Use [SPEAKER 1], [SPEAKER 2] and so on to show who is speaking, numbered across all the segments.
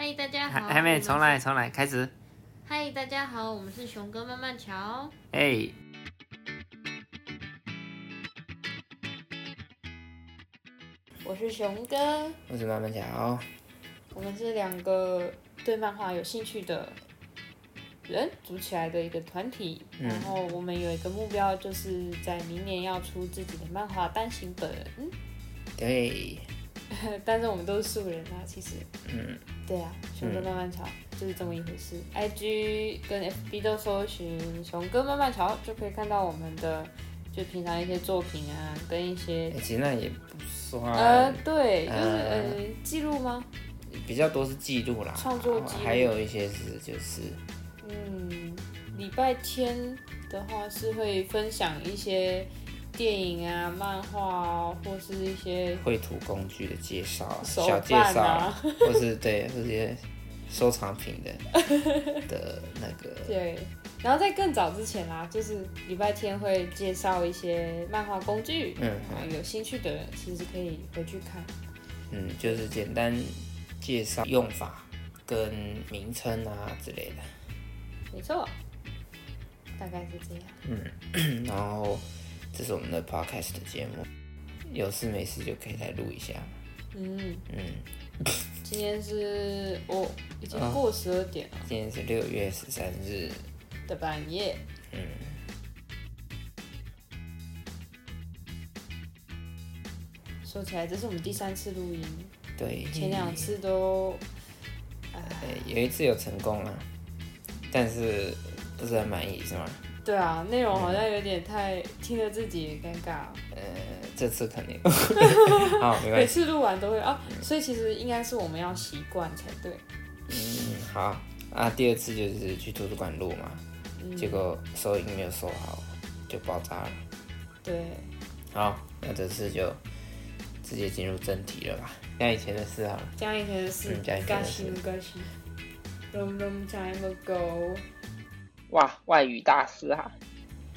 [SPEAKER 1] 嗨，大家
[SPEAKER 2] 还
[SPEAKER 1] 好。
[SPEAKER 2] 还没
[SPEAKER 1] 我们是
[SPEAKER 2] 重来，重来，开始。
[SPEAKER 1] 嗨，大家好，我们是熊哥慢慢瞧。
[SPEAKER 2] 哎、
[SPEAKER 1] 我是熊哥，
[SPEAKER 2] 我是慢慢讲。哦
[SPEAKER 1] 我们是两个对漫画有兴趣的人组起来的一个团体。
[SPEAKER 2] 嗯
[SPEAKER 1] 然后我们有一个目标，就是在明年要出自己的漫画单行本。
[SPEAKER 2] 对，
[SPEAKER 1] 但是我们都是素人啊，其实。
[SPEAKER 2] 嗯。
[SPEAKER 1] 对啊，熊哥慢慢瞧、就是这么一回事。IG 跟 FB 都搜寻“熊哥慢慢瞧”，就可以看到我们的就平常一些作品啊，跟一些
[SPEAKER 2] 欸其实那也不算，
[SPEAKER 1] 呃，对，就是
[SPEAKER 2] 呃
[SPEAKER 1] 呃记录吗？
[SPEAKER 2] 比较多是记录啦，
[SPEAKER 1] 创作记录
[SPEAKER 2] 还有一些是就是
[SPEAKER 1] 嗯，礼拜天的话是会分享一些电影啊、漫画啊，或是一些
[SPEAKER 2] 绘图工具的介绍、
[SPEAKER 1] 手
[SPEAKER 2] 小介
[SPEAKER 1] 办
[SPEAKER 2] 绍，
[SPEAKER 1] 啊
[SPEAKER 2] 或是对，或是一些收藏品 的的那个，
[SPEAKER 1] 对。然后在更早之前啦，就是礼拜天会介绍一些漫画工具，
[SPEAKER 2] 嗯
[SPEAKER 1] 啊，有兴趣的人其实可以回去看。
[SPEAKER 2] 嗯，就是简单介绍用法跟名称啊之类的。
[SPEAKER 1] 没错，大概是这样。
[SPEAKER 2] 然后这是我们的 podcast 的节目，有事没事就可以来录一下。
[SPEAKER 1] 嗯，
[SPEAKER 2] 嗯，啊
[SPEAKER 1] 今天是我、哦、已经过十二点了
[SPEAKER 2] 今天是六月十三日，
[SPEAKER 1] 的半夜。
[SPEAKER 2] 嗯
[SPEAKER 1] 说起来，这是我们第三次录音，
[SPEAKER 2] 对，
[SPEAKER 1] 前两次都哎
[SPEAKER 2] 呃有一次有成功了，但是不是很满意是吗？
[SPEAKER 1] 对啊，内容好像有点太听了自己也尴尬。
[SPEAKER 2] 呃，这次肯 定，好，没
[SPEAKER 1] 每
[SPEAKER 2] 关系，
[SPEAKER 1] 次录完都会啊，所以其实应该是我们要习惯才对。
[SPEAKER 2] 嗯，好啊。第二次就是去图书馆录嘛，结果收音没有收好，就爆炸了。
[SPEAKER 1] 对，
[SPEAKER 2] 好，那这次就直接进入正题了吧，像以前的事好了。
[SPEAKER 1] 讲以前的事
[SPEAKER 2] 嗯，讲以前
[SPEAKER 1] 嘎
[SPEAKER 2] 的
[SPEAKER 1] 西
[SPEAKER 2] 事
[SPEAKER 1] 嘎西，long long time ago。
[SPEAKER 2] 哇，外语大师啊，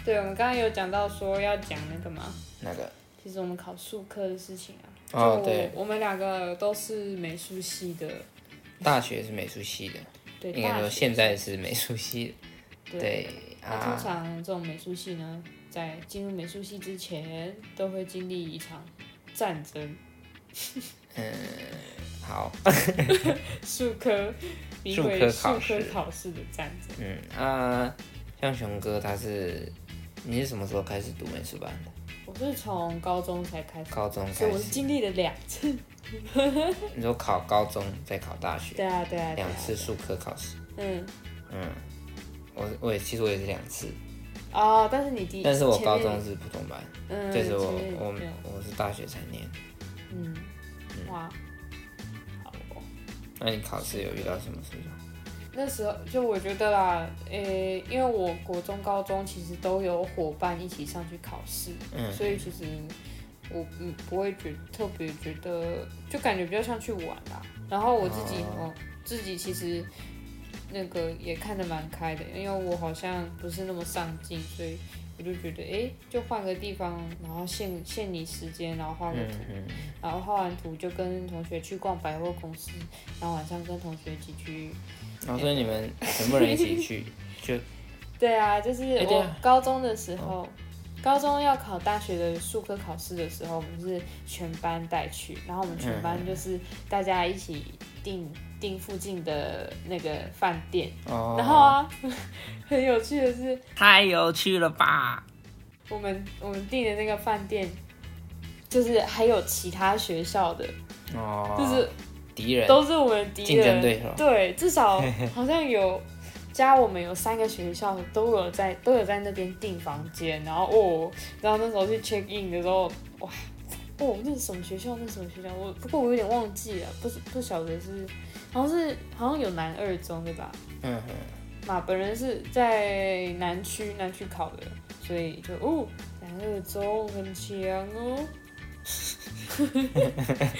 [SPEAKER 1] 对，我们刚刚有讲到说要讲那个嘛，
[SPEAKER 2] 那个
[SPEAKER 1] 其实我们考数科的事情啊。
[SPEAKER 2] 哦
[SPEAKER 1] 就
[SPEAKER 2] 对
[SPEAKER 1] 我们两个都是美术系的，
[SPEAKER 2] 大学是美术系的，
[SPEAKER 1] 对，
[SPEAKER 2] 应该
[SPEAKER 1] 大
[SPEAKER 2] 说
[SPEAKER 1] 学
[SPEAKER 2] 现在是美术系的，
[SPEAKER 1] 对
[SPEAKER 2] 对
[SPEAKER 1] 那通
[SPEAKER 2] 啊，
[SPEAKER 1] 常这种美术系呢，在进入美术系之前，都会经历一场战争。
[SPEAKER 2] 好，
[SPEAKER 1] 数科，比
[SPEAKER 2] 数
[SPEAKER 1] 会
[SPEAKER 2] 科
[SPEAKER 1] 数
[SPEAKER 2] 考
[SPEAKER 1] 科
[SPEAKER 2] 试
[SPEAKER 1] 考试的战争。
[SPEAKER 2] 嗯啊，像熊哥他是，你是什么时候开始读美术班的？
[SPEAKER 1] 我是从高中才开始，
[SPEAKER 2] 高中
[SPEAKER 1] 所以
[SPEAKER 2] 开
[SPEAKER 1] 我是
[SPEAKER 2] 始，
[SPEAKER 1] 经历了两次。
[SPEAKER 2] 你说考高中再考大学，
[SPEAKER 1] 对啊，对啊，对啊
[SPEAKER 2] 两次。数科考试，
[SPEAKER 1] 嗯，
[SPEAKER 2] 嗯，我我也其实我也是两次，
[SPEAKER 1] 哦，但是你第，
[SPEAKER 2] 但是我
[SPEAKER 1] 前
[SPEAKER 2] 高
[SPEAKER 1] 面
[SPEAKER 2] 中，是普通班，
[SPEAKER 1] 嗯，
[SPEAKER 2] 就是我
[SPEAKER 1] 前面
[SPEAKER 2] 我
[SPEAKER 1] 没有
[SPEAKER 2] 我是大学才念，
[SPEAKER 1] 嗯，哇，好哦。
[SPEAKER 2] 那你考试有遇到什么事吗？
[SPEAKER 1] 那时候就我觉得啦，诶、因为我国中、高中其实都有伙伴一起上去考试，
[SPEAKER 2] 嗯
[SPEAKER 1] 所以其实我嗯不会觉特别觉得，就感觉比较像去玩啦。然后我自己
[SPEAKER 2] 哦
[SPEAKER 1] 我、自己其实那个也看得蛮开的，因为我好像不是那么上进，所以我就觉得诶、就换个地方，然后限限你时间，然后画个图
[SPEAKER 2] 嗯嗯，
[SPEAKER 1] 然后画完图就跟同学去逛百货公司，然后晚上跟同学一起去
[SPEAKER 2] 然后哦所以你们全部人一起 去，就
[SPEAKER 1] 对啊，就是
[SPEAKER 2] 哎对
[SPEAKER 1] 我
[SPEAKER 2] 啊
[SPEAKER 1] 高中的时候，高中要考大学的数科考试的时候，我们是全班带去，
[SPEAKER 2] 嗯
[SPEAKER 1] 然后我们全班就是大家一起订订附近的那个饭店，
[SPEAKER 2] 哦，
[SPEAKER 1] 然后啊， 很有趣的是，
[SPEAKER 2] 太有趣了吧？
[SPEAKER 1] 我们我们订的那个饭店，就是还有其他学校的，
[SPEAKER 2] 哦，
[SPEAKER 1] 就是
[SPEAKER 2] 敌人
[SPEAKER 1] 都是我们敌人
[SPEAKER 2] 竞争对手
[SPEAKER 1] 对，至少好像有加我们有三个学校都有在都有在那边订房间，然后哦，然后那时候去 check in 的时候，哇，哦，那是什么学校？那是什么学校？我不过我有点忘记了，不是不晓得是好像是好像有南二中对吧？
[SPEAKER 2] 嗯
[SPEAKER 1] 嘛，本人是在南区南区考的，所以就哦，南二中很强哦。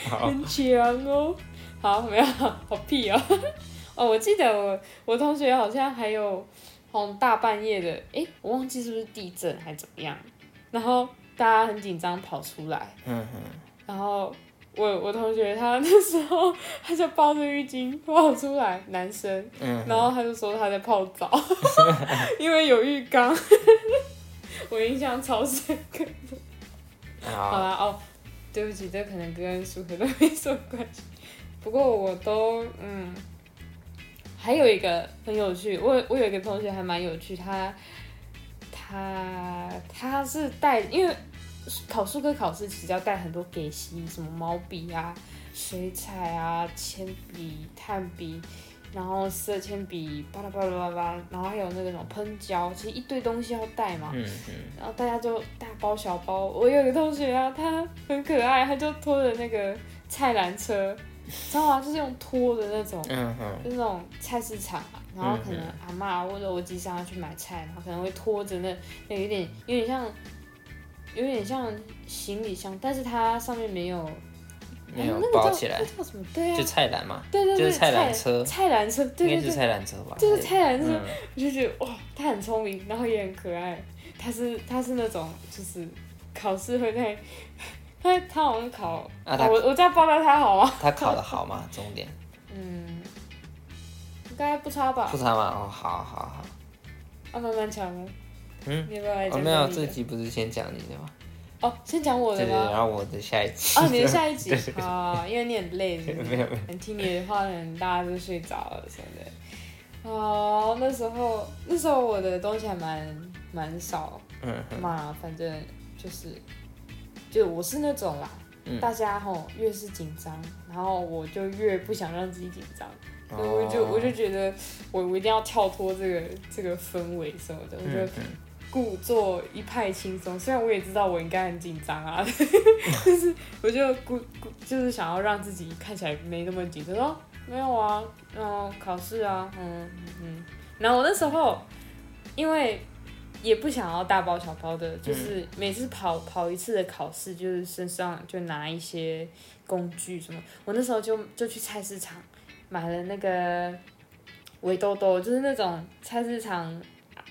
[SPEAKER 2] 好，
[SPEAKER 1] 很强哦。好，没有，好屁哦。 哦，我记得我我同学好像还有，好像大半夜的，诶，我忘记是不是地震还怎么样，然后大家很紧张跑出来，
[SPEAKER 2] 嗯哼，
[SPEAKER 1] 然后我我同学他那时候他就抱着浴巾跑出来，男生，
[SPEAKER 2] 嗯
[SPEAKER 1] 然后他就说他在泡澡， 因为有浴缸， 我印象超深刻。好
[SPEAKER 2] 好，
[SPEAKER 1] 啦，哦，对不起，这可能跟数学都没什么关系。 不过我都嗯，还有一个很有趣，我有我有一个同学还蛮有趣，他他他是带，因为考数科考试其实要带很多给息，什么毛笔啊、水彩啊、铅笔、炭笔。然后色铅笔巴拉巴拉巴拉，然后还有那个什么喷胶，其实一堆东西要带嘛。
[SPEAKER 2] 嗯嗯，
[SPEAKER 1] 然后大家就大包小包。我有一个同学啊，他很可爱，他就拖着那个菜篮车，知道吗？就是用拖的那种，
[SPEAKER 2] 嗯哼，
[SPEAKER 1] 就是那种菜市场啊。然后可能
[SPEAKER 2] 嗯
[SPEAKER 1] 阿嬷或者我姐上要去买菜，然后可能会拖着那那有点有点像有点像行李箱，但是它上面没有
[SPEAKER 2] 没有
[SPEAKER 1] 哎那个叫
[SPEAKER 2] 包起来
[SPEAKER 1] 那，叫什么？对啊
[SPEAKER 2] 就，菜篮嘛，
[SPEAKER 1] 对对
[SPEAKER 2] 就
[SPEAKER 1] 对，
[SPEAKER 2] 是菜篮车
[SPEAKER 1] 菜篮车，
[SPEAKER 2] 应
[SPEAKER 1] 对
[SPEAKER 2] 该
[SPEAKER 1] 对
[SPEAKER 2] 就是
[SPEAKER 1] 对，
[SPEAKER 2] 菜篮车吧，
[SPEAKER 1] 就是菜篮车。
[SPEAKER 2] 嗯
[SPEAKER 1] 我就觉得哇，他很聪明，然后也很可爱。他是他是那种就是考试会在他他好像考，
[SPEAKER 2] 啊他
[SPEAKER 1] 我我这样报答他好吗？
[SPEAKER 2] 他考的好吗？重点
[SPEAKER 1] 嗯，应该不差吧
[SPEAKER 2] 不？差嘛，哦，好好好，
[SPEAKER 1] 啊，慢慢讲哦。
[SPEAKER 2] 嗯，
[SPEAKER 1] 你要不要来
[SPEAKER 2] 哦
[SPEAKER 1] 讲讲你
[SPEAKER 2] 没
[SPEAKER 1] 哎的、
[SPEAKER 2] 有，这集不是先讲你的吗？
[SPEAKER 1] 哦，先讲我
[SPEAKER 2] 对
[SPEAKER 1] 的
[SPEAKER 2] 对，对
[SPEAKER 1] 吗？
[SPEAKER 2] 然后我的下 一集
[SPEAKER 1] 哦，你的下一集啊，因为你很累，是不是
[SPEAKER 2] 没有没有，
[SPEAKER 1] 很听你的话，可能大家就睡着了什么的。哦，那时候那时候我的东西还蛮蛮少，
[SPEAKER 2] 嗯
[SPEAKER 1] 嘛，反正就是，就我是那种啦，
[SPEAKER 2] 嗯
[SPEAKER 1] 大家吼越是紧张，然后我就越不想让自己紧张，
[SPEAKER 2] 哼，
[SPEAKER 1] 所以我就
[SPEAKER 2] 哦
[SPEAKER 1] 我就觉得我我一定要跳脱这个这个氛围什么的，我
[SPEAKER 2] 嗯
[SPEAKER 1] 就
[SPEAKER 2] 嗯
[SPEAKER 1] 故作一派轻松。虽然我也知道我应该很紧张啊， 但是我就故故就是想要让自己看起来没那么紧张。说没有啊，然后考试啊，嗯嗯。然后我那时候因为也不想要大包小包
[SPEAKER 2] 嗯
[SPEAKER 1] 的，就是每次跑跑一次的考试，就是身上就拿一些工具什么。我那时候就就去菜市场买了那个围兜兜，就是那种菜市场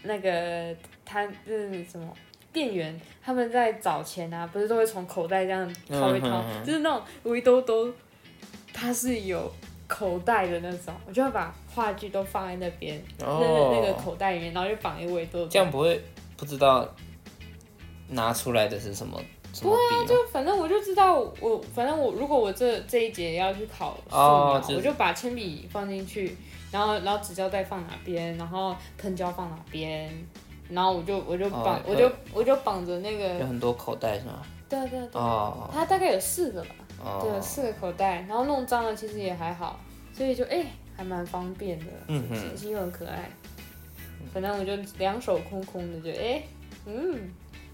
[SPEAKER 1] 那个摊就是什么店员他们在找钱啊，不是都会从口袋这样掏一掏，
[SPEAKER 2] 嗯嗯嗯
[SPEAKER 1] 就是那种围兜兜，它是有口袋的那种，我就会把话剧都放在那边，
[SPEAKER 2] 哦
[SPEAKER 1] 那那个口袋里面，然后就绑一个围兜
[SPEAKER 2] 这
[SPEAKER 1] 兜。
[SPEAKER 2] 样不会不知道拿出来的是什么什么笔吗？
[SPEAKER 1] 啊就反正我就知道我，反正我如果我这这一节要去考素描，
[SPEAKER 2] 哦就是
[SPEAKER 1] 我就把铅笔放进去，然后然后纸胶带放哪边，然后喷胶放哪边，然后我就我就绑、
[SPEAKER 2] 哦
[SPEAKER 1] 我就我就绑着那
[SPEAKER 2] 有
[SPEAKER 1] 个，
[SPEAKER 2] 很多口袋是吗？
[SPEAKER 1] 对对对，
[SPEAKER 2] 哦
[SPEAKER 1] 它大概有四个吧，对，啊
[SPEAKER 2] 哦，
[SPEAKER 1] 四个口袋，然后弄脏了其实也还好，所以就哎、还蛮方便的，
[SPEAKER 2] 嗯哼
[SPEAKER 1] 其实又很可爱。反正我就两手空空的就，哎、嗯，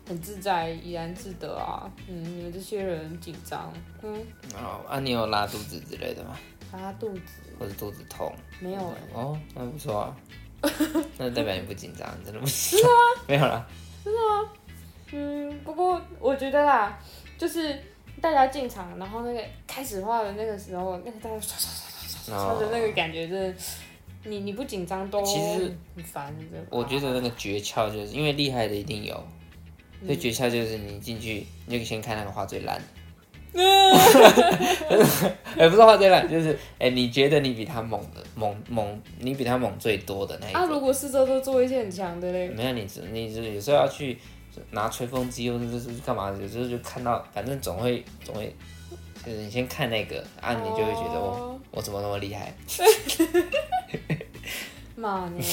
[SPEAKER 1] 很自在，怡然自得啊。嗯，你们这些人紧张，嗯，
[SPEAKER 2] 哦，啊，你有拉肚子之类的吗？
[SPEAKER 1] 拉肚子
[SPEAKER 2] 或者肚子痛？
[SPEAKER 1] 没有哎、
[SPEAKER 2] 哦，那不错 啊，那代表你不紧张，真的不是吗？ 没有啦，
[SPEAKER 1] 嗯，不过我觉得啦，就是大家进场，然后那个开始画的那个时候，那个大家唰唰唰的那个
[SPEAKER 2] 哦，
[SPEAKER 1] 感觉，真的，你你不紧张都
[SPEAKER 2] 其实
[SPEAKER 1] 很烦。真的
[SPEAKER 2] 我觉得那个诀窍就是因为厉害的一定有。
[SPEAKER 1] 嗯
[SPEAKER 2] 所以诀窍就是你进去，你就先看那个画最烂， 哎、不是画最烂，就是哎、你觉得你比他猛的猛猛，你比他猛最多的那一个。
[SPEAKER 1] 啊，如果四周都做一些很强的嘞，
[SPEAKER 2] 没有，你只你只有时候要去拿吹风机或者是干嘛，有时候就看到，反正总会总会，就是你先看那个啊，你就会觉得我、
[SPEAKER 1] 哦
[SPEAKER 2] 我怎么那么厉害？
[SPEAKER 1] 妈你，啊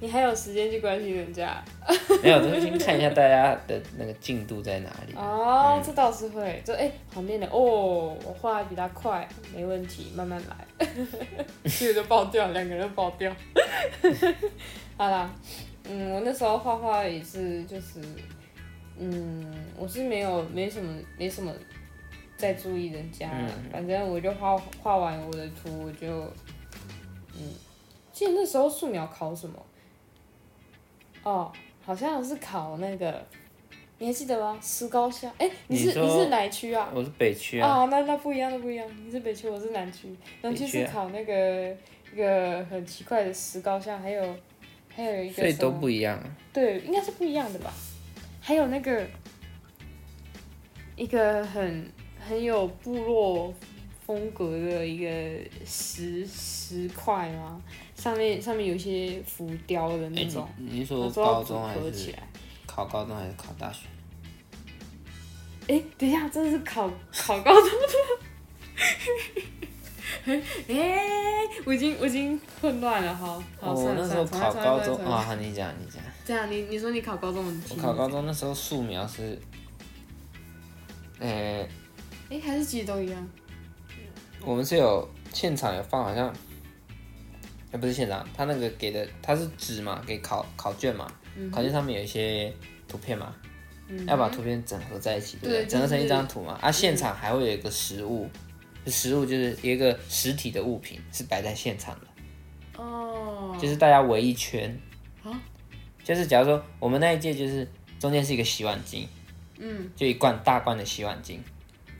[SPEAKER 1] 你还有时间去关心人家？
[SPEAKER 2] 没有，就是先看一下大家的那个进度在哪里。
[SPEAKER 1] 哦，这倒是会，就哎、旁边的哦，我画的比他快，没问题，慢慢来， 这个就爆掉，两个人都爆掉。 好啦，嗯，我那时候画画也是，就是，嗯，我是没有没什么没什么在注意人家，
[SPEAKER 2] 嗯
[SPEAKER 1] 反正我就画画完我的图，我就，嗯，记得那时候素描考什么？哦，好像是考那个，你还记得吗？石膏像，哎、你是
[SPEAKER 2] 你说
[SPEAKER 1] 你是哪一区啊？
[SPEAKER 2] 我是北区啊，
[SPEAKER 1] 哦，那那不一样，那不一样。你是北区，我是南区。南区
[SPEAKER 2] 北区
[SPEAKER 1] 是
[SPEAKER 2] 啊
[SPEAKER 1] 考那个一个很奇怪的石膏像，还有还有一
[SPEAKER 2] 所
[SPEAKER 1] 个
[SPEAKER 2] 以
[SPEAKER 1] 什
[SPEAKER 2] 都
[SPEAKER 1] 么？
[SPEAKER 2] 不一样。啊
[SPEAKER 1] 对，应该是不一样的吧。还有那个一个很很有部落风格的一个石石块吗？上面上面有一些浮雕的那
[SPEAKER 2] 哎、
[SPEAKER 1] 种，
[SPEAKER 2] 你你是
[SPEAKER 1] 我
[SPEAKER 2] 说
[SPEAKER 1] 之后
[SPEAKER 2] 高
[SPEAKER 1] 组
[SPEAKER 2] 中还
[SPEAKER 1] 合
[SPEAKER 2] 是
[SPEAKER 1] 起来。
[SPEAKER 2] 考高中还是考大学？
[SPEAKER 1] 哎、等一下，这是考 考高中的。哎、我已经我已经混乱了，好
[SPEAKER 2] 我
[SPEAKER 1] 好、哦算
[SPEAKER 2] 哦那
[SPEAKER 1] 了
[SPEAKER 2] 时
[SPEAKER 1] 算
[SPEAKER 2] 候
[SPEAKER 1] 了，
[SPEAKER 2] 考
[SPEAKER 1] 重来重
[SPEAKER 2] 高
[SPEAKER 1] 来
[SPEAKER 2] 中
[SPEAKER 1] 重来重
[SPEAKER 2] 啊，
[SPEAKER 1] 来
[SPEAKER 2] 好你讲你讲，
[SPEAKER 1] 这样你你说你考高中，你
[SPEAKER 2] 我
[SPEAKER 1] 听。
[SPEAKER 2] 考高中那时候素描是，呃、
[SPEAKER 1] 哎、还是其实都一样。
[SPEAKER 2] 我们是有现场有放，好像，哎，不是现场，他那个给的他是纸嘛，给考考卷嘛，
[SPEAKER 1] 嗯
[SPEAKER 2] 考卷上面有一些图片嘛，要把图片整合在一起，对不对？
[SPEAKER 1] 对就是嗯
[SPEAKER 2] 整合成一张图嘛。啊，现场还会有一个实物，实物就是一个实体的物品是摆在现场的，
[SPEAKER 1] 哦，
[SPEAKER 2] 就是大家围一圈，
[SPEAKER 1] 啊
[SPEAKER 2] 就是假如说我们那一届就是中间是一个洗碗巾，嗯，就一罐大罐的洗碗巾，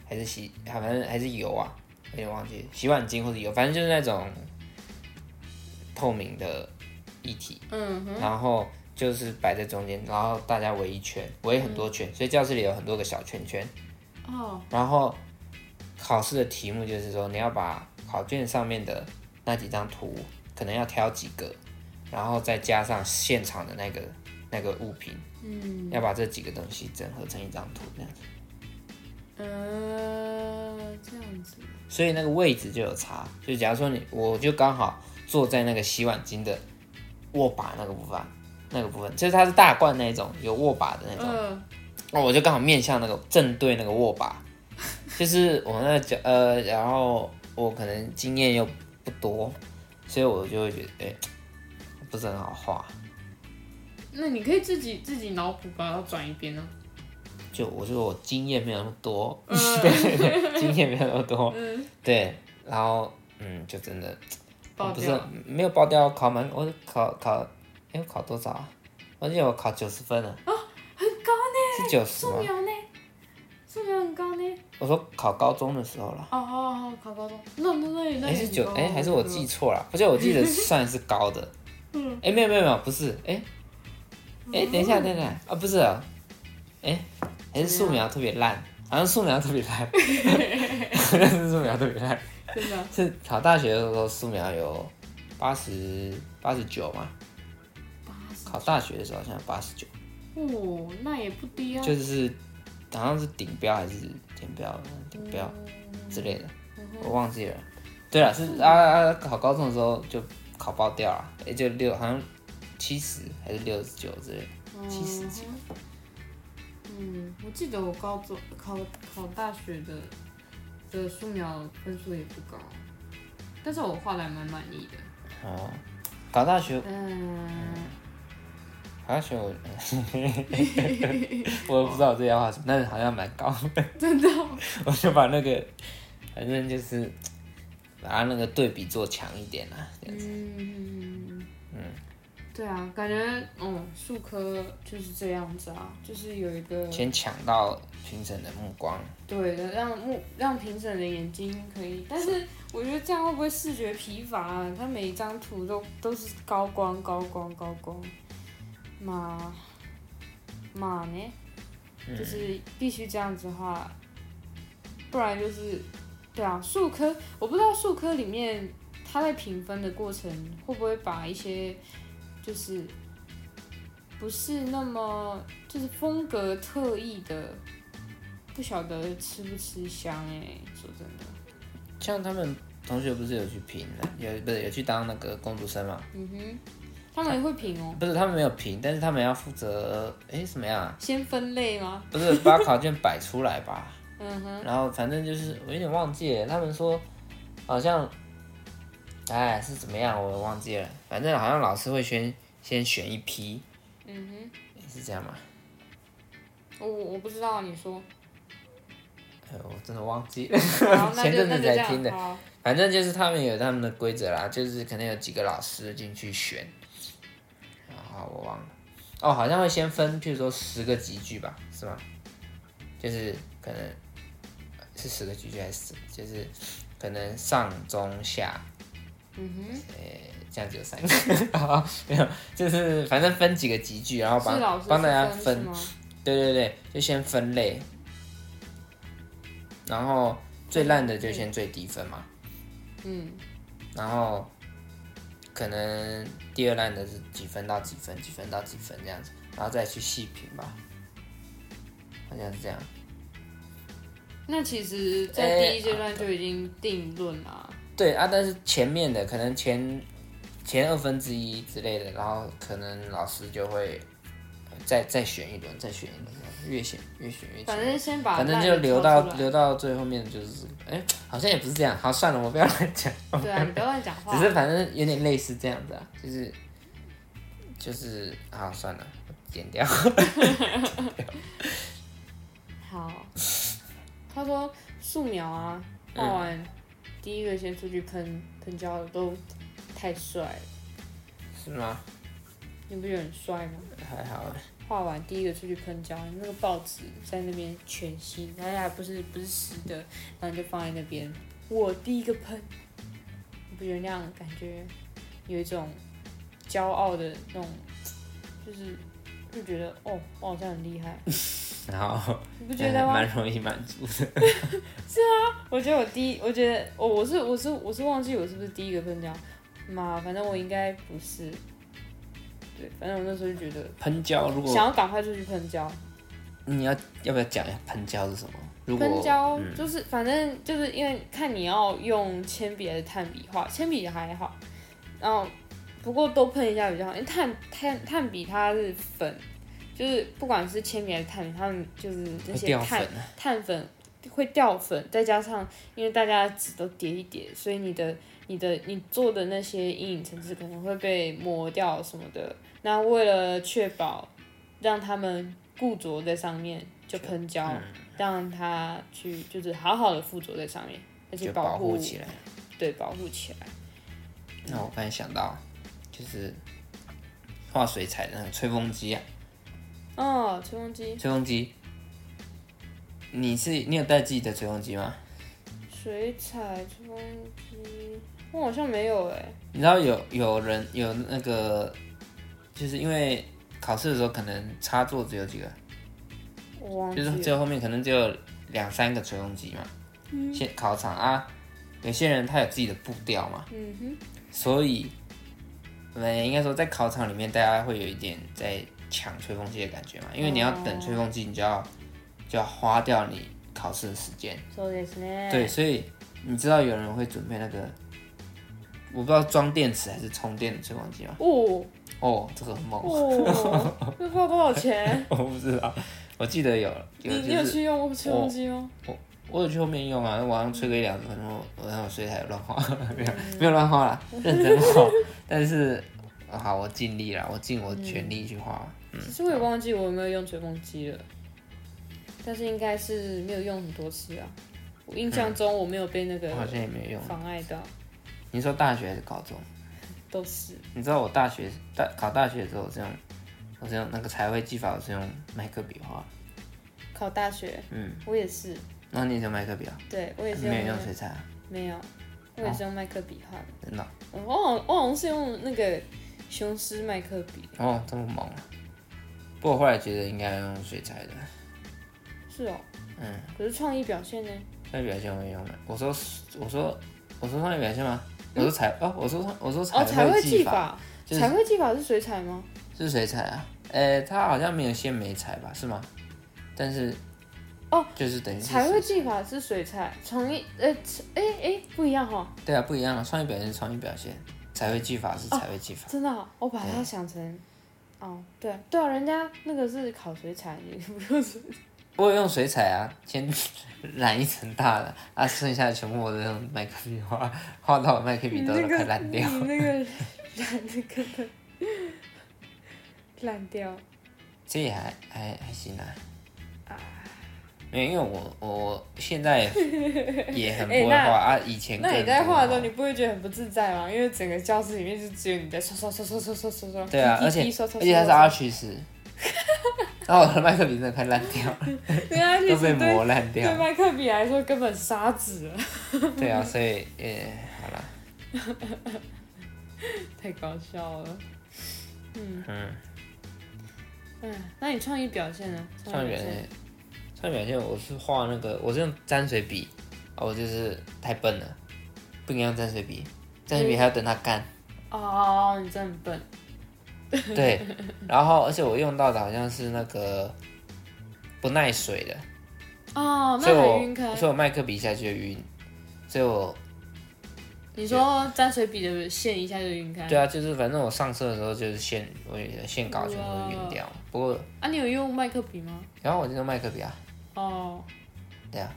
[SPEAKER 2] 还是洗，啊反正还是油啊，有点忘记了洗碗巾或者油，反正就是那种透明的液体，
[SPEAKER 1] 嗯，
[SPEAKER 2] 然后就是摆在中间，然后大家围一圈，围很多圈，所以教室里有很多个小圈圈。
[SPEAKER 1] 哦，
[SPEAKER 2] 然后考试的题目就是说，你要把考卷上面的那几张图，可能要挑几个，然后再加上现场的那个那个物品，嗯，要把这几个东西整合成一张图这样子。
[SPEAKER 1] 呃，这样子，
[SPEAKER 2] 所以那个位置就有差，就假如说你，我就刚好坐在那个洗碗巾的握把那个部分，那个部分，就是它是大罐那种有握把的那种，
[SPEAKER 1] 嗯，
[SPEAKER 2] 哦，我就刚好面向那个正对那个握把，就是我那个脚呃，然后我可能经验又不多，所以我就会觉得哎、不是很好画。
[SPEAKER 1] 那你可以自己自己脑补把它转一边啊。
[SPEAKER 2] 就我说我经验没有那么多，对对，经验没有那么多，对，然后嗯，就真的
[SPEAKER 1] 爆
[SPEAKER 2] 哦不是
[SPEAKER 1] 掉，
[SPEAKER 2] 没有爆掉，考满我考考，哎、我考多少啊？我记得我考九十分了，啊，很高呢，是九十
[SPEAKER 1] 素
[SPEAKER 2] 吗？
[SPEAKER 1] 描呢？素描很高呢。
[SPEAKER 2] 我说考高中的时候了。
[SPEAKER 1] 哦哦哦，考高中，那那那那
[SPEAKER 2] 哎、
[SPEAKER 1] 也
[SPEAKER 2] 是
[SPEAKER 1] 很
[SPEAKER 2] 九
[SPEAKER 1] 高
[SPEAKER 2] 哎、
[SPEAKER 1] 啊
[SPEAKER 2] 还是我记错了？不是，我记得算是高 的。嗯。哎、没有没有没有，不是哎。哎、等
[SPEAKER 1] 嗯
[SPEAKER 2] 一下，等一下啊，不是啊，哎、还是素描特别烂，好像素描特别烂，好像 是素描特别烂。
[SPEAKER 1] 真的啊，
[SPEAKER 2] 是考大学的时候素描有八十八十九嘛？考大学的时候好像八十九，
[SPEAKER 1] 哦，那也不低啊。
[SPEAKER 2] 就是好像是顶标还是前标、顶标之类的，我忘记了。对了，是啊啊，考高中的时候就考爆掉了，也就六好像七十还是六十九之类的。七十几
[SPEAKER 1] 嗯哼嗯，我记得我高中呃考考大学的的素描分数也不高，但是我画的还蛮满意的。
[SPEAKER 2] 哦，考大学
[SPEAKER 1] 嗯，
[SPEAKER 2] 考大学我， 我也不知道我自己要画什么，但是好像蛮高 的。
[SPEAKER 1] 真的哦
[SPEAKER 2] 我就把那个，反正就是把它那个对比做强一点啊啦、这样子
[SPEAKER 1] 嗯，对啊，感觉嗯，数科就是这样子啊，就是有一个
[SPEAKER 2] 先抢到评审的目光。
[SPEAKER 1] 对的，让目让评审的眼睛可以，但是我觉得这样会不会视觉疲乏啊？他每一张图都都是高光高光高光，嘛嘛呢？就是必须这样子的话，不然就是对啊，数科我不知道数科里面他在评分的过程会不会把一些就是不是那么就是风格特异的。不晓得吃不吃香哎、说真的，
[SPEAKER 2] 像他们同学不是有去评的，有不是有去当那个工读生嘛？
[SPEAKER 1] 他们也会评哦、
[SPEAKER 2] 不是他们没有评，但是他们要负责诶什么样啊？
[SPEAKER 1] 先分类吗？
[SPEAKER 2] 不是把考卷摆出来吧？
[SPEAKER 1] 嗯哼，
[SPEAKER 2] 然后反正就是我有点忘记了，他们说好像，哎是怎么样我忘记了，反正好像老师会先先选一批，嗯哼，是这样吗？
[SPEAKER 1] 我我不知道 你说，
[SPEAKER 2] 哎我真的忘记了。
[SPEAKER 1] 好，那
[SPEAKER 2] 前
[SPEAKER 1] 就
[SPEAKER 2] 阵
[SPEAKER 1] 那
[SPEAKER 2] 子
[SPEAKER 1] 就
[SPEAKER 2] 才
[SPEAKER 1] 这样
[SPEAKER 2] 听的
[SPEAKER 1] 好，
[SPEAKER 2] 反正就是他们有他们的规则啦，就是可能有几个老师进去选，啊，我忘了，哦，好像会先分，譬如说十个集句吧，是吗？就是可能是十个集句还是就是可能上中下，
[SPEAKER 1] 嗯
[SPEAKER 2] 这样子有三个， 好没有，就是反正分几个集句，然后
[SPEAKER 1] 哼，是老
[SPEAKER 2] 帮
[SPEAKER 1] 师
[SPEAKER 2] 帮大家
[SPEAKER 1] 去分是
[SPEAKER 2] 分，
[SPEAKER 1] 吗？
[SPEAKER 2] 对对对，就先分类，然后最烂的就先最低分嘛，
[SPEAKER 1] 嗯，
[SPEAKER 2] 然后可能第二烂的是几分到几分，几分到几分这样子，然后再去细品吧，好像是这样。
[SPEAKER 1] 那其实，在
[SPEAKER 2] 哎
[SPEAKER 1] 第一阶段就已经定论啦、
[SPEAKER 2] 对啊，但是前面的可能前前二分之一之类的，然后可能老师就会呃再再选一轮，再选一轮，这样越选越选越
[SPEAKER 1] 反
[SPEAKER 2] 前。
[SPEAKER 1] 正先把
[SPEAKER 2] 反正
[SPEAKER 1] 烂
[SPEAKER 2] 就
[SPEAKER 1] 的
[SPEAKER 2] 留
[SPEAKER 1] 挑
[SPEAKER 2] 到
[SPEAKER 1] 出来
[SPEAKER 2] 留到最后面就是这个，哎、好像也不是这样。好，算了，我不要乱讲，
[SPEAKER 1] 对啊，你不要乱讲 话
[SPEAKER 2] 只。是反正有点类似这样子啊，就是就是好算了，剪掉。
[SPEAKER 1] 好，他说素描啊，
[SPEAKER 2] 嗯
[SPEAKER 1] 画完第一个先出去喷喷胶的都太帅了，
[SPEAKER 2] 是吗？
[SPEAKER 1] 你不觉得很帅吗？
[SPEAKER 2] 还好，
[SPEAKER 1] 画完第一个出去喷胶，那个报纸在那边全新，然后还不是不是湿的，然后你就放在那边。我第一个喷，你不觉得那样感觉有一种骄傲的那种，就是就觉得哦，我好像很厉害，
[SPEAKER 2] 然后
[SPEAKER 1] 你不觉得吗？
[SPEAKER 2] 哎蛮容易满足的。
[SPEAKER 1] 我觉得我第一，我觉得我、我是我是我是忘记我是不是第一个喷胶，妈，反正我应该不是。对，反正我那时候就觉得
[SPEAKER 2] 喷胶，如果
[SPEAKER 1] 想要赶快出去喷胶，
[SPEAKER 2] 你要要不要讲一下喷胶是什么？如果嗯
[SPEAKER 1] 喷胶就是、反正就是因为看你要用铅笔还是炭笔画，铅笔还好，然后不过都喷一下比较好，因为炭炭炭笔它是粉，就是不管是铅笔还是炭笔，它们就是那
[SPEAKER 2] 会
[SPEAKER 1] 些
[SPEAKER 2] 掉粉
[SPEAKER 1] 碳
[SPEAKER 2] 啊。
[SPEAKER 1] 碳粉会掉粉，再加上因为大家的纸都叠一叠，所以你的你的你做的那些阴影层次可能会被磨掉什么的。那为了确保让他们固着在上面，就喷胶，
[SPEAKER 2] 嗯
[SPEAKER 1] 让它去就是好好的附着在上面，而且
[SPEAKER 2] 就保
[SPEAKER 1] 护
[SPEAKER 2] 护起来。
[SPEAKER 1] 对保护起来。
[SPEAKER 2] 那我刚才想到，就是画水彩的那个吹风机啊，
[SPEAKER 1] 哦，吹风机、
[SPEAKER 2] 吹风机，你是你有带自己的吹风机吗？
[SPEAKER 1] 水彩、吹风机，我好像没有哎、
[SPEAKER 2] 你知道有有人有那个，就是因为考试的时候可能插座只有几个，
[SPEAKER 1] 我忘记
[SPEAKER 2] 就是
[SPEAKER 1] 了。
[SPEAKER 2] 最后面可能只有两三个吹风机嘛。
[SPEAKER 1] 嗯
[SPEAKER 2] 现考场啊，有些人他有自己的步调嘛，
[SPEAKER 1] 嗯哼，
[SPEAKER 2] 所以，嗯，应该说在考场里面，大家会有一点在抢吹风机的感觉嘛，因为你要等吹风机，你就要就要花掉你考试的时间。
[SPEAKER 1] そうですね。
[SPEAKER 2] 对，所以你知道有人会准备那个，我不知道装电池还是充电的吹风机吗？
[SPEAKER 1] 哦，
[SPEAKER 2] 哦，这个很猛，
[SPEAKER 1] 哦，那花多少钱？
[SPEAKER 2] 我不知道，我记得有有
[SPEAKER 1] 你你
[SPEAKER 2] 就是哦
[SPEAKER 1] 有
[SPEAKER 2] 嗯
[SPEAKER 1] 去用过吹风机吗？
[SPEAKER 2] 我有去后面用啊，晚上吹个一两次，可能我我让我睡台乱画，没有没有乱画啦，认真画，但是。啊好，我尽力了，我尽我全力去画。
[SPEAKER 1] 其实我也忘记我有没有用吹风机了，但是应该是没有用很多次啊。我印象中我没有被那
[SPEAKER 2] 嗯我好
[SPEAKER 1] 个
[SPEAKER 2] 像也没有用。
[SPEAKER 1] 妨碍到，
[SPEAKER 2] 你说大学还是高中？
[SPEAKER 1] 都是
[SPEAKER 2] 你知道我大学大考大学的时候，我是用我是用那个彩绘技法，我是用麦克笔画。
[SPEAKER 1] 考大学，
[SPEAKER 2] 嗯，
[SPEAKER 1] 我也是，
[SPEAKER 2] 然后你也是用麦克笔啊？
[SPEAKER 1] 对我也是
[SPEAKER 2] 你没有
[SPEAKER 1] 用
[SPEAKER 2] 用水彩啊？
[SPEAKER 1] 没有，我
[SPEAKER 2] 哦
[SPEAKER 1] 也是用麦克笔画的。
[SPEAKER 2] 真的哦
[SPEAKER 1] 我好像我好像是用那个雄狮麦克笔，
[SPEAKER 2] 哦，这么猛啊！不过我后来觉得应该用水彩的，
[SPEAKER 1] 是哦。
[SPEAKER 2] 嗯，
[SPEAKER 1] 可是创意表现呢？
[SPEAKER 2] 那表现我也用了。我说我说我说创意表现吗？我说彩哦，我说我说
[SPEAKER 1] 嗯哦，彩绘技
[SPEAKER 2] 技
[SPEAKER 1] 法，
[SPEAKER 2] 就是
[SPEAKER 1] 彩绘技法是水彩吗？
[SPEAKER 2] 是水彩啊。呃，它好像没有限美彩吧？是吗？但是
[SPEAKER 1] 哦，
[SPEAKER 2] 哎就是等于是
[SPEAKER 1] 彩绘技法是水彩，创意呃，哎哎不一样哈、
[SPEAKER 2] 对啊，不一样啊！创意表现是创意表现，彩绘技法是彩绘技法。
[SPEAKER 1] 真的哦、我把它想成，哦对对啊，人家那个是烤水彩，你不就是
[SPEAKER 2] 我有用水彩啊，先 染一层大的，啊，剩下的全部我都用麦克笔画，画到我麦克笔
[SPEAKER 1] 你
[SPEAKER 2] 都
[SPEAKER 1] 那
[SPEAKER 2] 快
[SPEAKER 1] 个
[SPEAKER 2] 烂
[SPEAKER 1] 你
[SPEAKER 2] 掉。
[SPEAKER 1] 那个染那个的烂掉，
[SPEAKER 2] 这也还还还行啊。没有，因为我我我现在 也很不会画、
[SPEAKER 1] 哎那
[SPEAKER 2] 啊，以前
[SPEAKER 1] 那你
[SPEAKER 2] 更
[SPEAKER 1] 在
[SPEAKER 2] 不会
[SPEAKER 1] 画的时候，你不会觉得很不自在吗？因为整个教室里面就只有你在刷刷刷刷刷刷刷刷，
[SPEAKER 2] 对啊，
[SPEAKER 1] 滴
[SPEAKER 2] 而
[SPEAKER 1] 滴
[SPEAKER 2] 且
[SPEAKER 1] 滴刷刷
[SPEAKER 2] 而且它是
[SPEAKER 1] 刷
[SPEAKER 2] 阿曲 斯，然后我的麦克笔真的快烂掉了，
[SPEAKER 1] 对啊，
[SPEAKER 2] 都
[SPEAKER 1] 其
[SPEAKER 2] 被
[SPEAKER 1] 实对
[SPEAKER 2] 磨烂掉
[SPEAKER 1] 对
[SPEAKER 2] 了。
[SPEAKER 1] 麦克笔来说根本沙子了，
[SPEAKER 2] 对啊，所以呃， 好了，
[SPEAKER 1] 太搞笑了。
[SPEAKER 2] 嗯。
[SPEAKER 1] 嗯，那你创意表现呢？
[SPEAKER 2] 创意表现，创算表现我是画那个，我是用沾水笔，啊，我就是太笨了，不应该用沾水笔，沾水笔还要等它干。
[SPEAKER 1] 哦，你真的很笨。
[SPEAKER 2] 对，然后而且我用到的好像是那个不耐水的，
[SPEAKER 1] 哦，
[SPEAKER 2] 所以
[SPEAKER 1] 那很晕
[SPEAKER 2] 我
[SPEAKER 1] 开。
[SPEAKER 2] 所以我麦克笔一下就晕，所以我
[SPEAKER 1] 你说沾水笔的线一下就晕开。
[SPEAKER 2] 对啊，就是反正我上色的时候就是线我线稿全部
[SPEAKER 1] 哦
[SPEAKER 2] 都晕掉，不过
[SPEAKER 1] 啊，你有用麦克笔吗？
[SPEAKER 2] 然后我就用麦克笔啊，
[SPEAKER 1] 哦，
[SPEAKER 2] 对啊，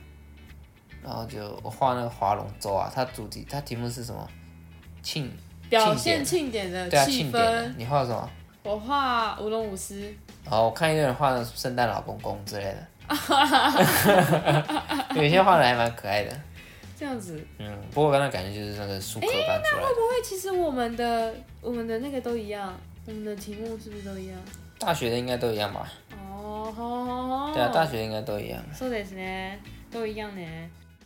[SPEAKER 2] 然后就我画那个划龙舟啊，它主题它题目是什么？庆啊
[SPEAKER 1] 表现庆典的
[SPEAKER 2] 对啊
[SPEAKER 1] 气
[SPEAKER 2] 庆典啊
[SPEAKER 1] 氛。，
[SPEAKER 2] 你画什么？
[SPEAKER 1] 我画舞龙舞狮，
[SPEAKER 2] 然后我看有人画的圣诞老公公之类 的，有些画的还蛮可爱的。
[SPEAKER 1] 这样子。
[SPEAKER 2] 嗯，不过我刚才感觉就是那个术科班出来的。
[SPEAKER 1] 会不会其实我们的我们的那个都一样？我们的题目是不是都一样？
[SPEAKER 2] 大学的应该都一样吧？
[SPEAKER 1] 哦，好好好
[SPEAKER 2] 对啊，大学应该都一样。
[SPEAKER 1] そうですね，都一样呢。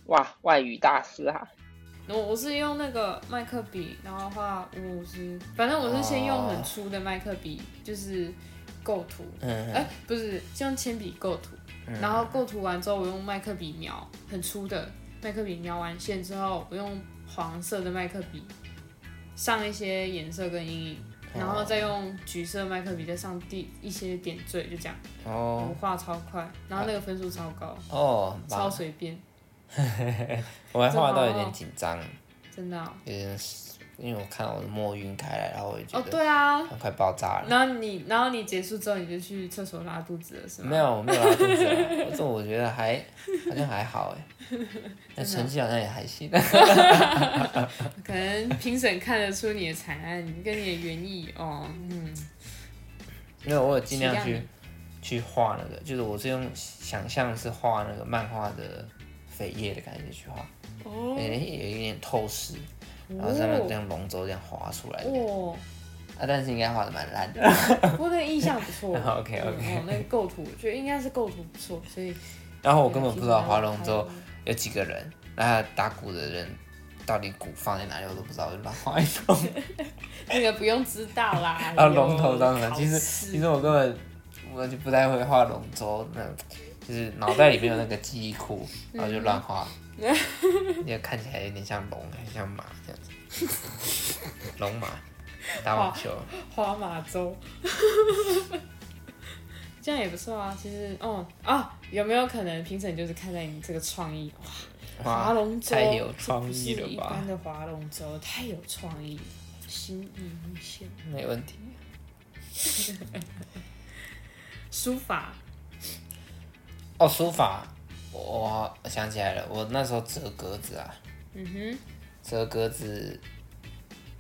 [SPEAKER 2] 哇，外语大师啊！
[SPEAKER 1] 我我是用那个麦克笔，然后画五五十，反正我是先用
[SPEAKER 2] 哦
[SPEAKER 1] 很粗的麦克笔，就是构图，
[SPEAKER 2] 嗯，
[SPEAKER 1] 哎、不是，是用铅笔构图，然后构图完之后，我用麦克笔描，很粗的麦克笔描完线之后，我用黄色的麦克笔上一些颜色跟阴影，
[SPEAKER 2] 哦
[SPEAKER 1] 然后再用橘色麦克笔再上第一些点缀，就这样，
[SPEAKER 2] 哦
[SPEAKER 1] 我画超快，然后那个分数超高，
[SPEAKER 2] 哦，
[SPEAKER 1] 超哦
[SPEAKER 2] 棒！
[SPEAKER 1] 随便，
[SPEAKER 2] 我还画到有点紧张，
[SPEAKER 1] 真的啊、
[SPEAKER 2] 有点，因为我看我的墨晕开来，然后我就觉
[SPEAKER 1] 哦，
[SPEAKER 2] 得
[SPEAKER 1] 对啊，
[SPEAKER 2] 它快爆炸了。
[SPEAKER 1] 然后你，然后你结束之后，你就去厕所拉肚子了，是吗？
[SPEAKER 2] 没有，我没有拉肚子啊，我这我觉得还好像还好哎， 那成绩好像也还行。
[SPEAKER 1] 可能评审看得出你的惨案跟你的原意哦，嗯，
[SPEAKER 2] 因为我有尽量
[SPEAKER 1] 体谅
[SPEAKER 2] 去去画那个，就是我是用想象是画那个漫画的扉页的感觉去画，
[SPEAKER 1] 哦
[SPEAKER 2] 有点有一点透视，然后上面这样龙舟这样划出来的，
[SPEAKER 1] 哦，
[SPEAKER 2] 啊，但是应该画的蛮烂的。
[SPEAKER 1] 不过那个意象不错。
[SPEAKER 2] OK
[SPEAKER 1] 嗯
[SPEAKER 2] OK，
[SPEAKER 1] 哦，那个构图，我觉得应该是构图不错，所以
[SPEAKER 2] 然后我哦根本不知道划龙
[SPEAKER 1] 还有
[SPEAKER 2] 舟有几个人，然后打鼓的人到底鼓放在哪里我都不知道，我就乱画一通。
[SPEAKER 1] 那个不用知道 啦。
[SPEAKER 2] 然
[SPEAKER 1] 哎
[SPEAKER 2] 后
[SPEAKER 1] 呦
[SPEAKER 2] 啊龙头当然，其实
[SPEAKER 1] 考试
[SPEAKER 2] 其实我根本我就不太会画龙舟，那就是脑袋里面有那个记忆库，然后就乱画，也看起来有点像龙，很像马这样子，龙马打网球，
[SPEAKER 1] 花马洲， 这样也不错啊。其实，哦啊，有没有可能评审就是看在你这个创意，划
[SPEAKER 2] 哇，
[SPEAKER 1] 龙舟
[SPEAKER 2] 太有创
[SPEAKER 1] 不是
[SPEAKER 2] 意
[SPEAKER 1] 一
[SPEAKER 2] 了吧
[SPEAKER 1] 般？的划龙舟，太有创意了，心意无限。
[SPEAKER 2] 没问题。
[SPEAKER 1] 书法
[SPEAKER 2] 哦，书法，我我想起来了，我那时候折格子啊，
[SPEAKER 1] 嗯
[SPEAKER 2] 折格子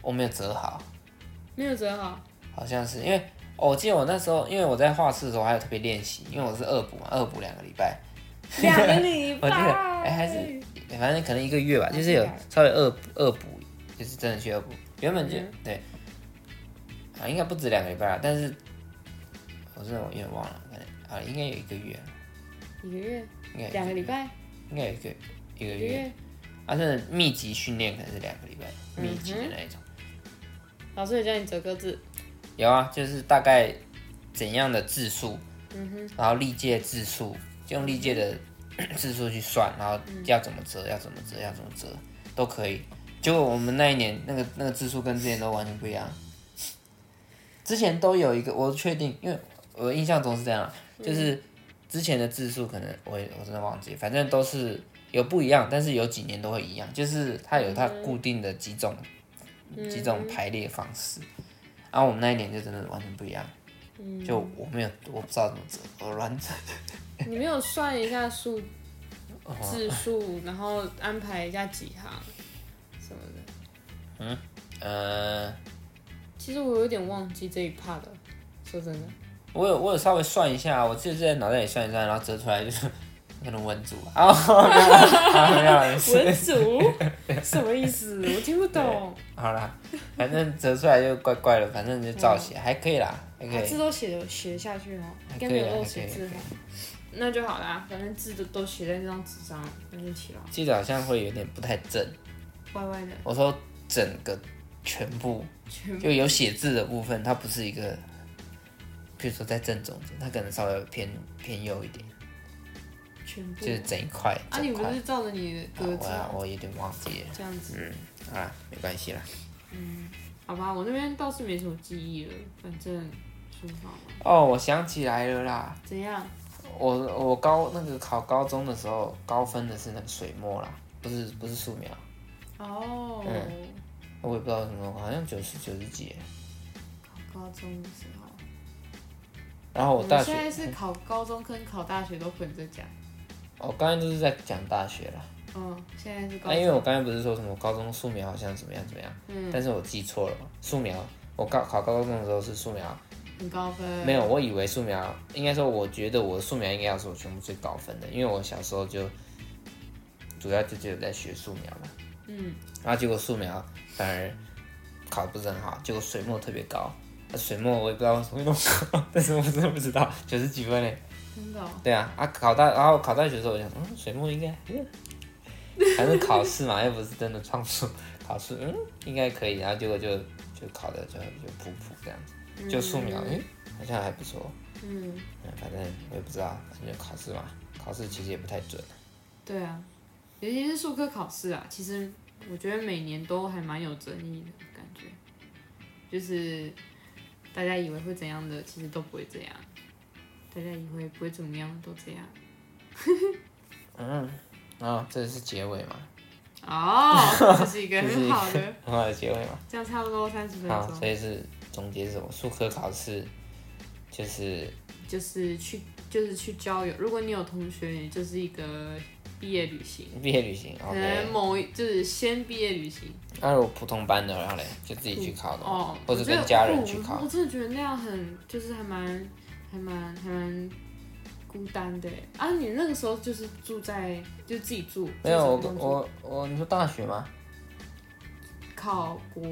[SPEAKER 2] 我没有折好，
[SPEAKER 1] 没有折好，
[SPEAKER 2] 好像是因为、哦我记得我那时候，因为我在画室的时候还有特别练习，因为我是二补嘛，二补两个礼拜，
[SPEAKER 1] 两个礼
[SPEAKER 2] 我
[SPEAKER 1] 拜，
[SPEAKER 2] 记得哎、还是反正可能一个月吧，就是有稍微恶补恶补，就是真的去恶补。原本就、
[SPEAKER 1] 嗯
[SPEAKER 2] 对，啊，应该不止两个礼拜了，但是我真的我有点忘了，可能啊，应该有一个月了，
[SPEAKER 1] 一个月，
[SPEAKER 2] 应该有一
[SPEAKER 1] 两个礼，拜，
[SPEAKER 2] 应该有一个一个
[SPEAKER 1] 一个
[SPEAKER 2] 月，
[SPEAKER 1] 月。
[SPEAKER 2] 啊，真的密集训练可能是两个礼拜，密集的那一种。
[SPEAKER 1] 老师有叫你折格子，
[SPEAKER 2] 有啊，就是大概怎样的字数，
[SPEAKER 1] 嗯哼，嗯
[SPEAKER 2] 然后历届字数，就用历届的字数去算，然后要怎么折，要怎么折，要怎么折都可以。结果我们那一年那个那个字数跟之前都完全不一样，之前都有一个我确定，因为我的印象中是这样啊，
[SPEAKER 1] 嗯
[SPEAKER 2] 就是之前的字数可能我也我真的忘记，反正都是有不一样，但是有几年都会一样，就是它有
[SPEAKER 1] 嗯
[SPEAKER 2] 它固定的几种几种排列方式。然后我们那一年就真的完全不一样，
[SPEAKER 1] 嗯
[SPEAKER 2] 就我没有我不知道怎么折，我乱折。
[SPEAKER 1] 你没有算一下数字数，
[SPEAKER 2] 哦
[SPEAKER 1] 然后安排一下几行什么的。
[SPEAKER 2] 呃，
[SPEAKER 1] 其实我有点忘记这一 part 了，说真的，
[SPEAKER 2] 我有我有稍微算一下，我就是在脑袋里算一算，然后折出来就是 可能文组吧。啊， 没有啦没事
[SPEAKER 1] 文组什么意思？我听不懂，
[SPEAKER 2] 好啦，反正折出来就怪怪的，反正就照写，还可以啦，还可
[SPEAKER 1] 把字
[SPEAKER 2] 以。
[SPEAKER 1] 都写了写下去哦，
[SPEAKER 2] 还可
[SPEAKER 1] 应该
[SPEAKER 2] 以
[SPEAKER 1] 没有
[SPEAKER 2] 还
[SPEAKER 1] 漏
[SPEAKER 2] 可
[SPEAKER 1] 写
[SPEAKER 2] 以
[SPEAKER 1] 字
[SPEAKER 2] 还可以
[SPEAKER 1] 哈。那就好啦，反正字都都写在那张纸上，那就起了。
[SPEAKER 2] 记得好像会有点不太正，
[SPEAKER 1] 歪歪的，
[SPEAKER 2] 我说整个全部
[SPEAKER 1] 全
[SPEAKER 2] 就有写字的部分，它不是一个，比如说在正中间，它可能稍微偏偏右一点。
[SPEAKER 1] 全部
[SPEAKER 2] 就是整一块。
[SPEAKER 1] 啊，
[SPEAKER 2] 整
[SPEAKER 1] 你
[SPEAKER 2] 一
[SPEAKER 1] 不
[SPEAKER 2] 块
[SPEAKER 1] 是照着你的格子
[SPEAKER 2] 啊我我有点忘记了。
[SPEAKER 1] 这样子？
[SPEAKER 2] 嗯，好啦，没关系啦。
[SPEAKER 1] 好吧，我那边倒是没什么记忆了，反正很好嘛。
[SPEAKER 2] 哦，我想起来了啦，
[SPEAKER 1] 怎样？
[SPEAKER 2] 我我高那个考高中的时候，高分的是那个水墨啦，不是不是素描，
[SPEAKER 1] 哦，
[SPEAKER 2] 嗯我也不知道为什么，好像九十九十几耶。
[SPEAKER 1] 考高中的时候，
[SPEAKER 2] 然后
[SPEAKER 1] 我
[SPEAKER 2] 我大
[SPEAKER 1] 们
[SPEAKER 2] 学嗯
[SPEAKER 1] 现，在是考高中跟考大学都混着讲。
[SPEAKER 2] 我刚才就是在讲大学啦。
[SPEAKER 1] 嗯，现在是高
[SPEAKER 2] 那、啊因
[SPEAKER 1] 中。
[SPEAKER 2] 为我刚才不是说什么高中素描好像怎么样怎么样，
[SPEAKER 1] 嗯，
[SPEAKER 2] 但是我记错了嘛，素描。我高考高中的时候是素描，
[SPEAKER 1] 很高分。
[SPEAKER 2] 没有，我以为素描应该说，我觉得我素描应该要是我全部最高分的，因为我小时候就主要就只有在学素描嘛，
[SPEAKER 1] 嗯，
[SPEAKER 2] 然后结果素描反而考得不是很好，结果水墨特别高，呃水墨我也不知道为什么会那么高， 但是我真的不知道九十几分嘞，
[SPEAKER 1] 真的哦、
[SPEAKER 2] 对啊，啊考大，然后考大学的时候我想，嗯，水墨应该，嗯反正考试嘛，又不是真的创作，考试嗯应该可以，然后结果就就考的就就普普这样子，就素描，诶，好像还不错，
[SPEAKER 1] 嗯，
[SPEAKER 2] 嗯，反正我也不知道，反正就考试嘛，考试其实也不太准，
[SPEAKER 1] 对啊，尤其是数科考试啊，其实我觉得每年都还蛮有争议的感觉，就是大家以为会怎样的，其实都不会怎样；大家以为不会怎么样，都这样。
[SPEAKER 2] 嗯，然后这是结尾嘛，
[SPEAKER 1] 哦，这是一个
[SPEAKER 2] 这是一
[SPEAKER 1] 很
[SPEAKER 2] 个
[SPEAKER 1] 好的，
[SPEAKER 2] 很好的结尾嘛。
[SPEAKER 1] 这样差不多三十分
[SPEAKER 2] 好，
[SPEAKER 1] 钟，
[SPEAKER 2] 所以是总结是什么？术科考试就是
[SPEAKER 1] 就是去就是去交友。如果你有同学，就是一个毕业旅行，
[SPEAKER 2] 毕业旅行
[SPEAKER 1] 可能
[SPEAKER 2] ，OK。
[SPEAKER 1] 某一就是先毕业旅行。
[SPEAKER 2] 那如果普通班的，然后嘞，就自己去考的，
[SPEAKER 1] 哦，
[SPEAKER 2] 或者
[SPEAKER 1] 我觉得
[SPEAKER 2] 跟家人去
[SPEAKER 1] 哦
[SPEAKER 2] 考
[SPEAKER 1] 我。我真的觉得那样很，就是还蛮、还蛮、还蛮孤单的耶啊！你那个时候就是住在，就自己住，
[SPEAKER 2] 没有，我
[SPEAKER 1] 自己找地方住
[SPEAKER 2] 我我，你说大学吗？
[SPEAKER 1] 考国、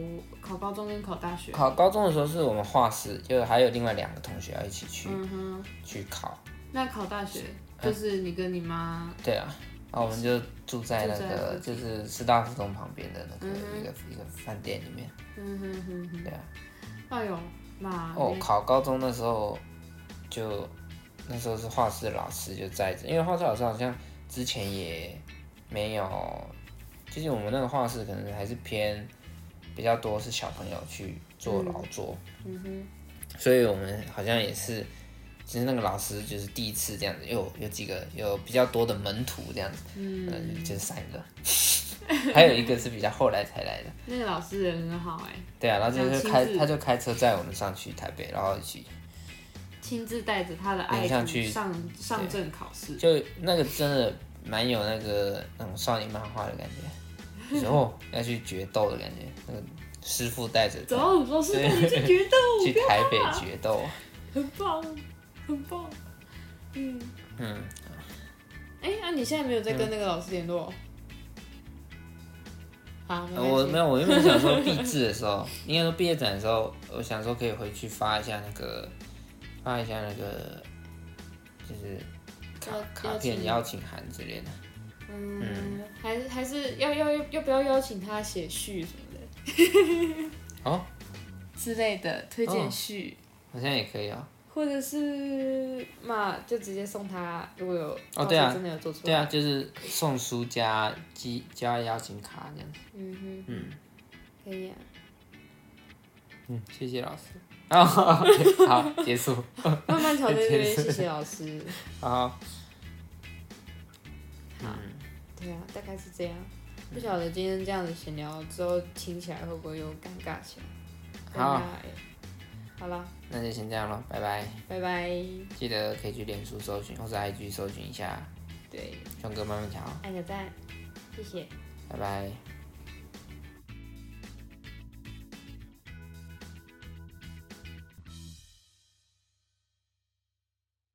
[SPEAKER 1] 考高中跟考大学。
[SPEAKER 2] 考高中的时候是我们画室，就还有另外两个同学要一起去
[SPEAKER 1] 嗯哼，
[SPEAKER 2] 去考。
[SPEAKER 1] 那考大学
[SPEAKER 2] 哎
[SPEAKER 1] 就是你跟你妈，
[SPEAKER 2] 对啊，然后我们就住在那个
[SPEAKER 1] 住
[SPEAKER 2] 就是师大附中旁边的那个
[SPEAKER 1] 嗯
[SPEAKER 2] 一个一个饭店里面。
[SPEAKER 1] 嗯哼哼哼，
[SPEAKER 2] 对啊。
[SPEAKER 1] 哎呦妈，哎
[SPEAKER 2] 哦，
[SPEAKER 1] 你
[SPEAKER 2] 考高中那时候就那时候是画室老师就在，因为画室老师好像之前也没有，就是我们那个画室可能还是偏比较多是小朋友去做劳作，
[SPEAKER 1] 嗯哼，
[SPEAKER 2] 所以我们好像也是。其实那个老师就是第一次这样子，有有几个有比较多的门徒这样子，嗯、就是三个， 还有一个是比较后来才来的。
[SPEAKER 1] 那个老师人很好哎，
[SPEAKER 2] 对啊，然后就
[SPEAKER 1] 两
[SPEAKER 2] 是
[SPEAKER 1] 亲
[SPEAKER 2] 开
[SPEAKER 1] 自
[SPEAKER 2] 他就开车载我们上去台北，然后一起
[SPEAKER 1] 亲自带着他的爱
[SPEAKER 2] 你想
[SPEAKER 1] 徒
[SPEAKER 2] 去
[SPEAKER 1] 上上阵考试，
[SPEAKER 2] 就那个真的蛮有那个那种少年漫画的感觉，然后要去决斗的感觉，那个师傅带着他
[SPEAKER 1] 走，老师带你去 决斗，
[SPEAKER 2] 去台北决斗。
[SPEAKER 1] 很棒，很棒。嗯
[SPEAKER 2] 嗯，
[SPEAKER 1] 哎、那、你现在没有在跟那个老师联络？好，没
[SPEAKER 2] 呃我
[SPEAKER 1] 关系
[SPEAKER 2] 没有，我原本想说毕制的时候， 应该说毕业展的时候，我想说可以回去发一下那个，发一下那个，就是卡
[SPEAKER 1] 邀
[SPEAKER 2] 卡
[SPEAKER 1] 邀
[SPEAKER 2] 片
[SPEAKER 1] 请
[SPEAKER 2] 邀请函之类的。
[SPEAKER 1] 嗯，还是还是要要要要不要邀请他写序什么的
[SPEAKER 2] 哦，
[SPEAKER 1] 之类的推
[SPEAKER 2] 哦
[SPEAKER 1] 荐序，
[SPEAKER 2] 好像也可以哦。
[SPEAKER 1] 或者是嘛，就直接送他。如果有
[SPEAKER 2] 哦对啊
[SPEAKER 1] 到时候真的有做出
[SPEAKER 2] 对
[SPEAKER 1] 来，
[SPEAKER 2] 啊，就是送书加寄加邀请卡这样子。
[SPEAKER 1] 嗯哼，嗯，可以啊。
[SPEAKER 2] 嗯，谢谢老师。啊、好，结束。
[SPEAKER 1] 慢慢调 在这边，谢谢老师。
[SPEAKER 2] 好，嗯
[SPEAKER 1] 对啊，大概是这样。不晓得今天这样子闲聊之后，听起来会不会又尴尬起来？
[SPEAKER 2] 好
[SPEAKER 1] 尴尬欸，好了，
[SPEAKER 2] 那就先这样咯，拜拜。
[SPEAKER 1] 拜拜。
[SPEAKER 2] 记得可以去脸书搜寻或者 IG 搜寻一下
[SPEAKER 1] 对，
[SPEAKER 2] 熊哥慢慢瞧，哦
[SPEAKER 1] 按个赞，谢谢。
[SPEAKER 2] 拜拜。